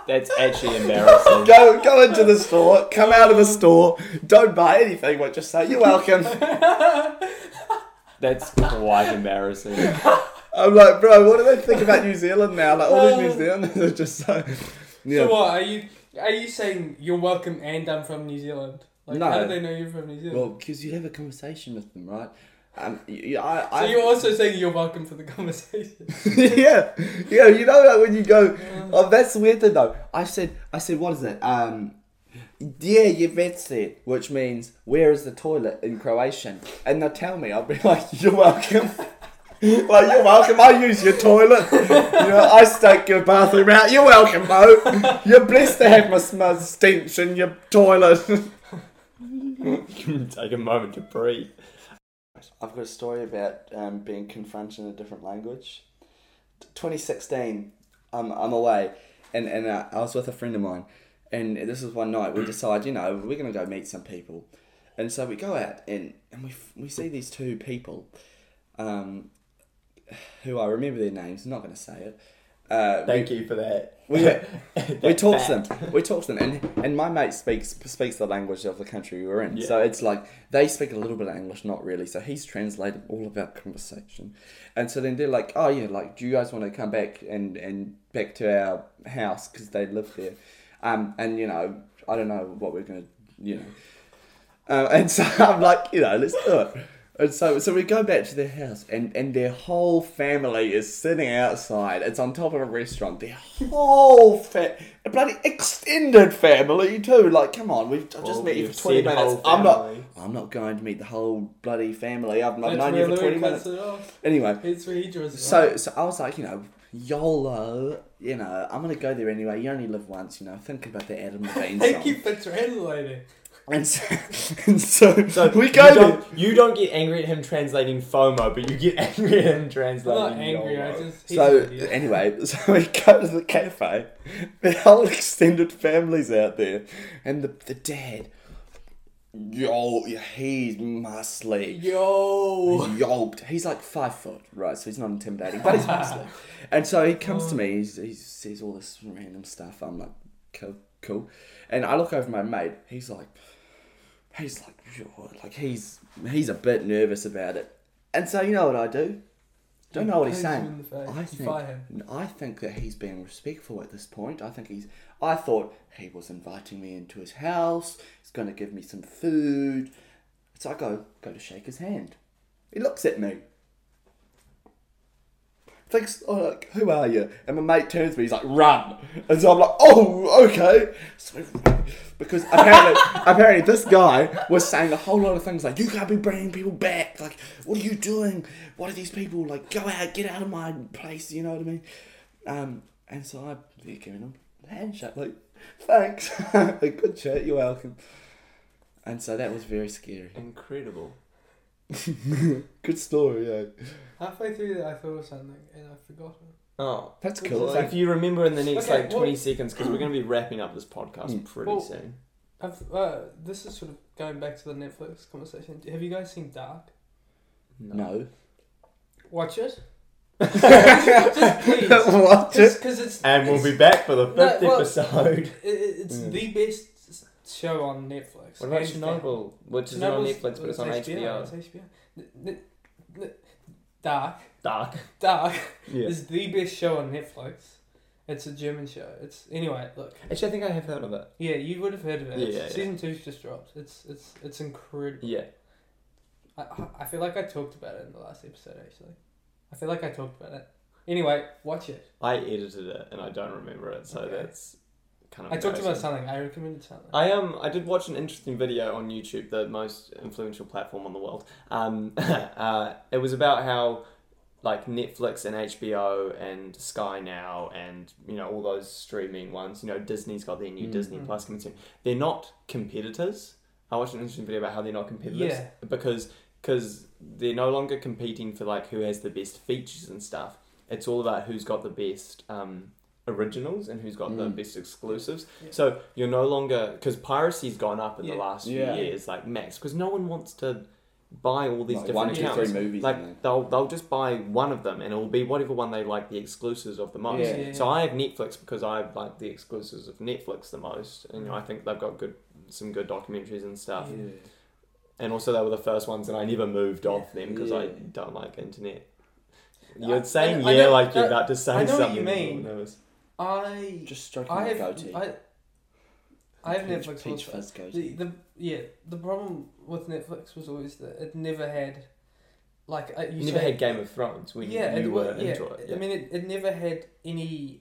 S1: That's actually embarrassing.
S2: go go into the store, come out of the store, don't buy anything, but just say you're welcome.
S1: That's quite embarrassing.
S2: I'm like, bro, what do they think about New Zealand now? Like all these New Zealanders are just so yeah.
S3: Um, So what are you? Are you saying you're welcome and I'm from New Zealand? Like,
S2: No.
S3: How do they know you're from New Zealand?
S2: Well, because you have a conversation with them, right? Um, you, you- I,
S3: so
S2: I,
S3: you're also saying you're welcome for the conversation.
S2: yeah, yeah. You know, like when you go, oh, that's the weird thing though. I said, I said, what is it? Um, yeah, you've it, which means where is the toilet in Croatian? And they'll tell me, I'll be like, you're welcome. Like you're welcome, I use your toilet. You know, I stake your bathroom out. You're welcome, Mo. You're blessed to have my smell stench in your toilet.
S1: Take a moment to breathe.
S2: I've got a story about um, being confronted in a different language. 2016, um, I'm away, and, and uh, I was with a friend of mine, and this is one night we decide, you know, we're going to go meet some people. And so we go out, and, and we, f- we see these two people um, who I remember their names, I'm not going to say it. Uh, we-
S1: Thank you for that.
S2: we, we talk to them. We talk to them, and and my mate speaks speaks the language of the country we were in. So it's like they speak a little bit of English, not really. So he's translating all of our conversation, and so then they're like, "Oh yeah, like do you guys want to come back and and back to our house because they live there?" Um, and you know, I don't know what we're gonna, you know. Um, and so I'm like, you know, let's do it. And so, so we go back to their house, and, and their whole family is sitting outside. It's on top of a restaurant. Their whole fa- bloody extended family too. Like, come on, we've I've just
S1: Oh,
S2: met you
S1: you've
S2: for twenty
S1: seen
S2: minutes.
S1: whole
S2: I'm not.
S1: family.
S2: I'm not going to meet the whole bloody family. I've, I've
S3: That's
S2: known
S3: where
S2: you for
S3: Louis
S2: twenty
S3: cuts
S2: minutes.
S3: it off.
S2: Anyway,
S3: It's where he draws. it
S2: so, so I was like, you know, YOLO, you know, I'm gonna go there anyway. You only live once, you know. Think about the Adam Levine
S3: line.
S2: song.
S3: thank you for translating.
S2: And so, and so,
S1: So
S2: we
S1: you
S2: go there.
S1: don't, you don't get angry at him translating FOMO, but you get angry at him
S3: I'm
S1: translating.
S3: not angry. I
S1: YOLO.
S3: just he's
S2: So
S3: an idiot.
S2: anyway, so we go to the cafe. The whole extended family's out there, and the the dad yo, he's muscly.
S3: Yo.
S2: He's yolped. He's like five foot, right? So he's not intimidating, but he's muscly. And so he comes to me. He's, he says all this random stuff. I'm like, cool, cool. And I look over my mate. He's like, he's like, "Yo," like he's he's a bit nervous about it. And so you know what I do? Don't know what he's
S3: Punch him
S2: saying.
S3: in the face.
S2: I
S3: You
S2: think,
S3: fire him.
S2: I think that he's being respectful at this point. I think he's. I thought he was inviting me into his house. He's going to give me some food. So I go go to shake his hand. He looks at me. Thinks oh, like, who are you? And my mate turns to me. He's like, run. And so I'm like, oh, okay. So I run. because apparently, apparently, this guy was saying a whole lot of things like, you can't be bringing people back. Like, what are you doing? What are these people like? Go out, get out of my place. You know what I mean? Um, and so I'm there giving him a handshake. Like, thanks. like, good chat. You're welcome. And so that was very scary.
S1: Incredible.
S2: Good story, eh? yeah.
S3: Halfway through that, I thought of something and I forgot it.
S1: Oh.
S2: That's
S3: Which
S2: cool.
S3: is
S1: So if you remember in the next
S3: Okay,
S1: like 20
S3: well-
S1: seconds, because we're going to be wrapping up this podcast
S2: Mm.
S1: pretty
S3: Well-
S1: soon.
S3: I've, uh, this is sort of going back to the Netflix conversation. Have you guys seen Dark?
S2: no.
S3: Watch it. Just please.
S2: Watch it.
S3: Because it's.
S1: And we'll be back for the
S3: No,
S1: fifth
S3: well-
S1: episode.
S3: It- it- It's
S1: Mm.
S3: the best show on Netflix.
S1: What about
S3: hands down.
S1: Chernobyl, which is not on
S3: Chernobyl's-
S1: Netflix, but it's on HBO.
S3: It's HBO. N- n- n- Dark.
S1: Dark.
S3: Dark
S1: Yeah.
S3: is the best show on Netflix. It's a German show. It's anyway. Look,
S1: Actually, I think I have heard of it.
S3: yeah, you would have heard of it.
S1: Yeah,
S3: It's-
S1: yeah, yeah.
S3: season two's just dropped. It's it's it's incredible.
S1: Yeah.
S3: I, I- I feel like I talked about it in the last episode. Actually, I feel like I talked about it. Anyway, watch it.
S1: I edited it and I don't remember it, so
S3: Okay.
S1: that's kind of.
S3: I talked about
S1: embarrassing.
S3: something. I recommended something.
S1: I um I did watch an interesting video on YouTube, the most influential platform on the world. Um, uh, it was about how like Netflix and HBO and Sky Now and you know all those streaming ones. You know Disney's got their new
S2: Mm.
S1: Disney Plus coming soon. They're not competitors. I watched an interesting video about how they're not competitors
S3: Yeah.
S1: because because they're no longer competing for like who has the best features and stuff. It's all about who's got the best um, originals and who's got the
S2: Mm.
S1: best exclusives.
S3: Yeah.
S1: So you're no longer because piracy's gone up in the
S3: Yeah.
S1: last
S2: Yeah.
S1: few years, like max, because no one wants to buy all these different
S2: one, two,
S1: accounts.
S2: three movies.
S1: like
S2: and then-
S1: they'll they'll just buy one of them and it'll be whatever one they like the exclusives of the most.
S2: Yeah.
S3: Yeah.
S1: So I have Netflix because I like the exclusives of Netflix the most, and you know, I think they've got good some good documentaries and stuff.
S3: Yeah.
S1: And also they were the first ones, and I never moved off them because I
S2: Yeah.
S1: don't like internet.
S3: I-
S1: You're saying
S3: I know-
S1: yeah, like you're
S3: I-
S1: about to say
S3: I know what
S1: something.
S3: you mean.
S1: that was-
S3: I
S2: Just stroking
S3: I
S2: my
S3: have
S2: goatee.
S3: I, I have
S2: Peach-
S3: Netflix
S2: Peach
S3: also.
S2: fuzz
S3: The,
S2: goatee.
S3: the yeah the problem with Netflix was always that it never had like uh, you,
S1: You never
S3: say-
S1: had Game of Thrones when
S3: yeah
S1: you
S3: it,
S1: were
S3: wa- yeah,
S1: into it.
S3: I mean it, it never had any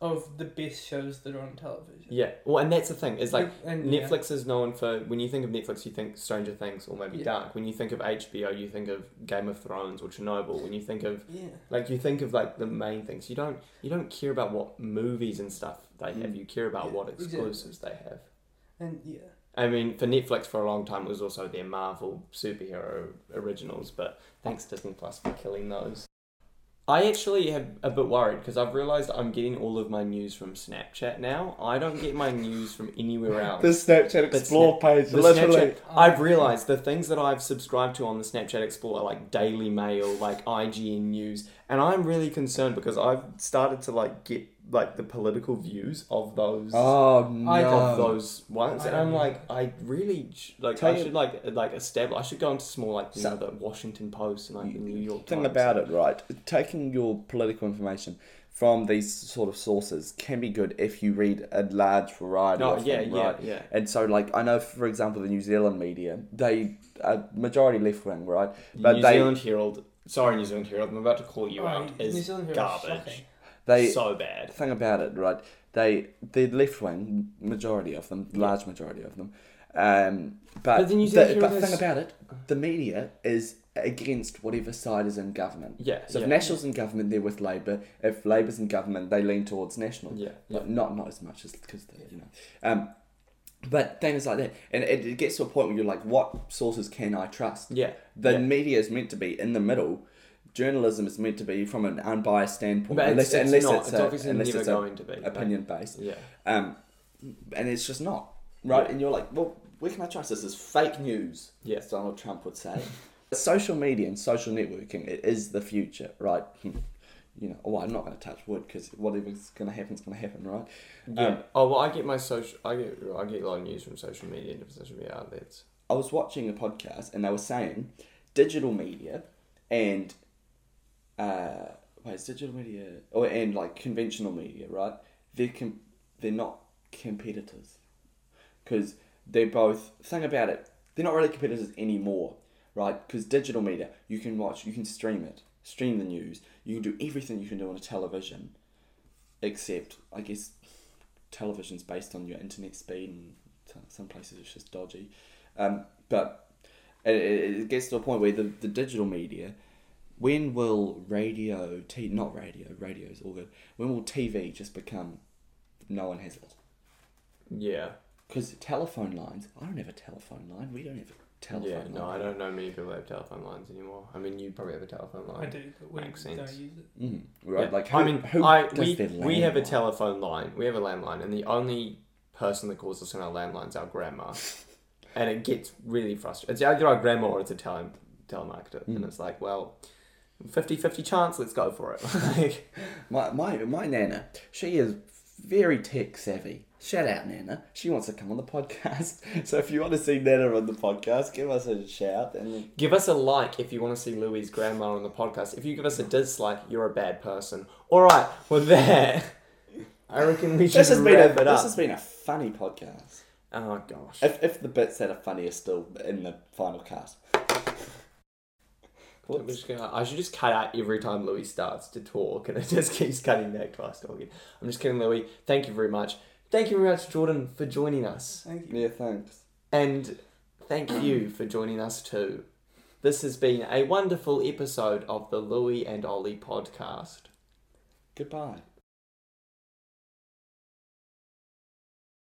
S3: of the best shows that are on television
S1: Yeah. Well, and that's the thing. Is like
S3: and, and, yeah.
S1: Netflix is known for when you think of Netflix, you think Stranger Things or maybe
S3: Yeah.
S1: Dark. When you think of HBO, you think of Game of Thrones or Chernobyl. When you think of
S3: yeah
S1: like you think of like the main things. You don't you don't care about what movies and stuff they have.
S2: Mm.
S1: You care about
S3: Yeah,
S1: what
S3: exactly.
S1: exclusives they have.
S3: and yeah
S1: I mean, for Netflix for a long time, it was also their Marvel superhero originals, but thanks Disney Plus for killing those. I actually am a bit worried because I've realised I'm getting all of my news from Snapchat now. I don't get my news from anywhere else.
S2: The Snapchat
S1: The
S2: Explore page,
S1: The
S2: literally.
S1: Snapchat, I've realised the things that I've subscribed to on the Snapchat Explorer, like Daily Mail, like IGN News, and I'm really concerned because I've started to like get like the political views of those
S2: Oh no!
S3: I
S1: of those ones, and
S3: I
S1: I'm
S3: don't
S1: like, I really sh- like,
S2: Tell
S1: I
S2: you-
S1: should like like establish. I should go into some more like you
S2: So-
S1: know the Washington Post and like the New York
S2: thing
S1: Times.
S2: about it, right? Taking your political information from these sort of sources can be good if you read a large variety.
S1: No,
S2: of
S1: Oh, yeah,
S2: them,
S1: yeah,
S2: right?
S1: yeah.
S2: And so, like, I know, for example, the New Zealand media, they are majority left wing, right? But
S1: New
S2: they
S1: Zealand Herald. Sorry, New Zealand Herald. I'm about to call you
S3: Oh,
S1: out.
S3: New
S1: Is
S3: Zealand Herald is
S1: garbage.
S3: shocking.
S2: they
S1: so bad.
S2: thing about it, right? They the left wing majority of them, large majority of them. Um, but
S1: But then you
S2: the,
S1: said here
S2: but the
S1: there's-
S2: thing about it, the media is against whatever side is in government.
S1: Yeah.
S2: So
S1: yeah.
S2: if Nationals in government, they're with Labour. If Labour's in government, they lean towards National.
S1: yeah, yeah.
S2: But not not as much as because you know. Um, but things like that, and it, it gets to a point where you're like, what sources can I trust?
S1: Yeah.
S2: The
S1: yeah.
S2: media is meant to be in the middle. Journalism is meant to be from an unbiased standpoint,
S1: But
S2: unless
S1: it's, it's
S2: unless
S1: not.
S2: it's,
S1: It's,
S2: a-
S1: obviously
S2: unless
S1: never
S2: it's a
S1: going to be.
S2: opinion based.
S1: Yeah.
S2: Um, and it's just not. right? And you're like, well, where can I trust this? It's fake news.
S1: Yeah.
S2: as Donald Trump would say. social media and social networking it is the future, right? Hmm. You know, well, I'm not going to touch wood because whatever's going to happen is going to happen, right?
S1: Yeah.
S2: Um,
S1: oh well, I get my social. I get I get a lot of news from social media and different social media outlets.
S2: I was watching a podcast and they were saying digital media and uh, wait, it's digital media or and like conventional media, right? They're com- they're not competitors because they both think about it. They're not really competitors anymore, right? Because digital media, you can watch, you can stream it, stream the news, you can do everything you can do on a television, except I guess television's based on your internet speed and t- some places it's just dodgy. Um, but it, it it gets to a point where the, the digital media, when will radio, t- not radio, radio is all good, when will TV just become no one has it?
S1: Yeah.
S2: Because telephone lines, I don't have a telephone line, we don't have a telephone
S1: yeah.
S2: line.
S1: No, I don't know many people that have telephone lines anymore. I mean, you probably have a telephone line.
S3: I do, but we
S1: Makes
S3: don't
S1: sense.
S3: use it.
S2: Mm, right,
S1: Yeah.
S2: like who,
S1: I mean,
S2: who
S1: I,
S2: does
S1: we,
S2: their
S1: we have a
S2: landline?
S1: telephone line. We have a landline, and the only person that calls us on our landline is our grandma, and it gets really frustrating. It's either our grandma or it's a tele- telemarketer,
S2: Hmm.
S1: and it's like, well, 50-50 chance. Let's go for it. like,
S2: My, my, my Nana, she is very tech savvy. Shout out, Nana. She wants to come on the podcast. So if you want to see Nana on the podcast, give us a shout. And
S1: give us a like if you want to see Louie's grandma on the podcast. If you give us a dislike, you're a bad person. All right, well there. I reckon we should
S2: this has,
S1: wrap
S2: been a,
S1: it
S2: this
S1: up.
S2: has been a funny podcast.
S1: Oh gosh.
S2: If, if the bits that are funny are still in the final cast.
S1: I'm just gonna- I should just cut out every time Louis starts to talk, and it just keeps cutting back to us talking. I'm just kidding, Louis. Thank you very much. Thank you very much, Jordan, for joining us,
S3: Thank you.
S2: Yeah, thanks.
S1: and thank you for joining us too. This has been a wonderful episode of the Louis and Ollie podcast.
S2: Goodbye.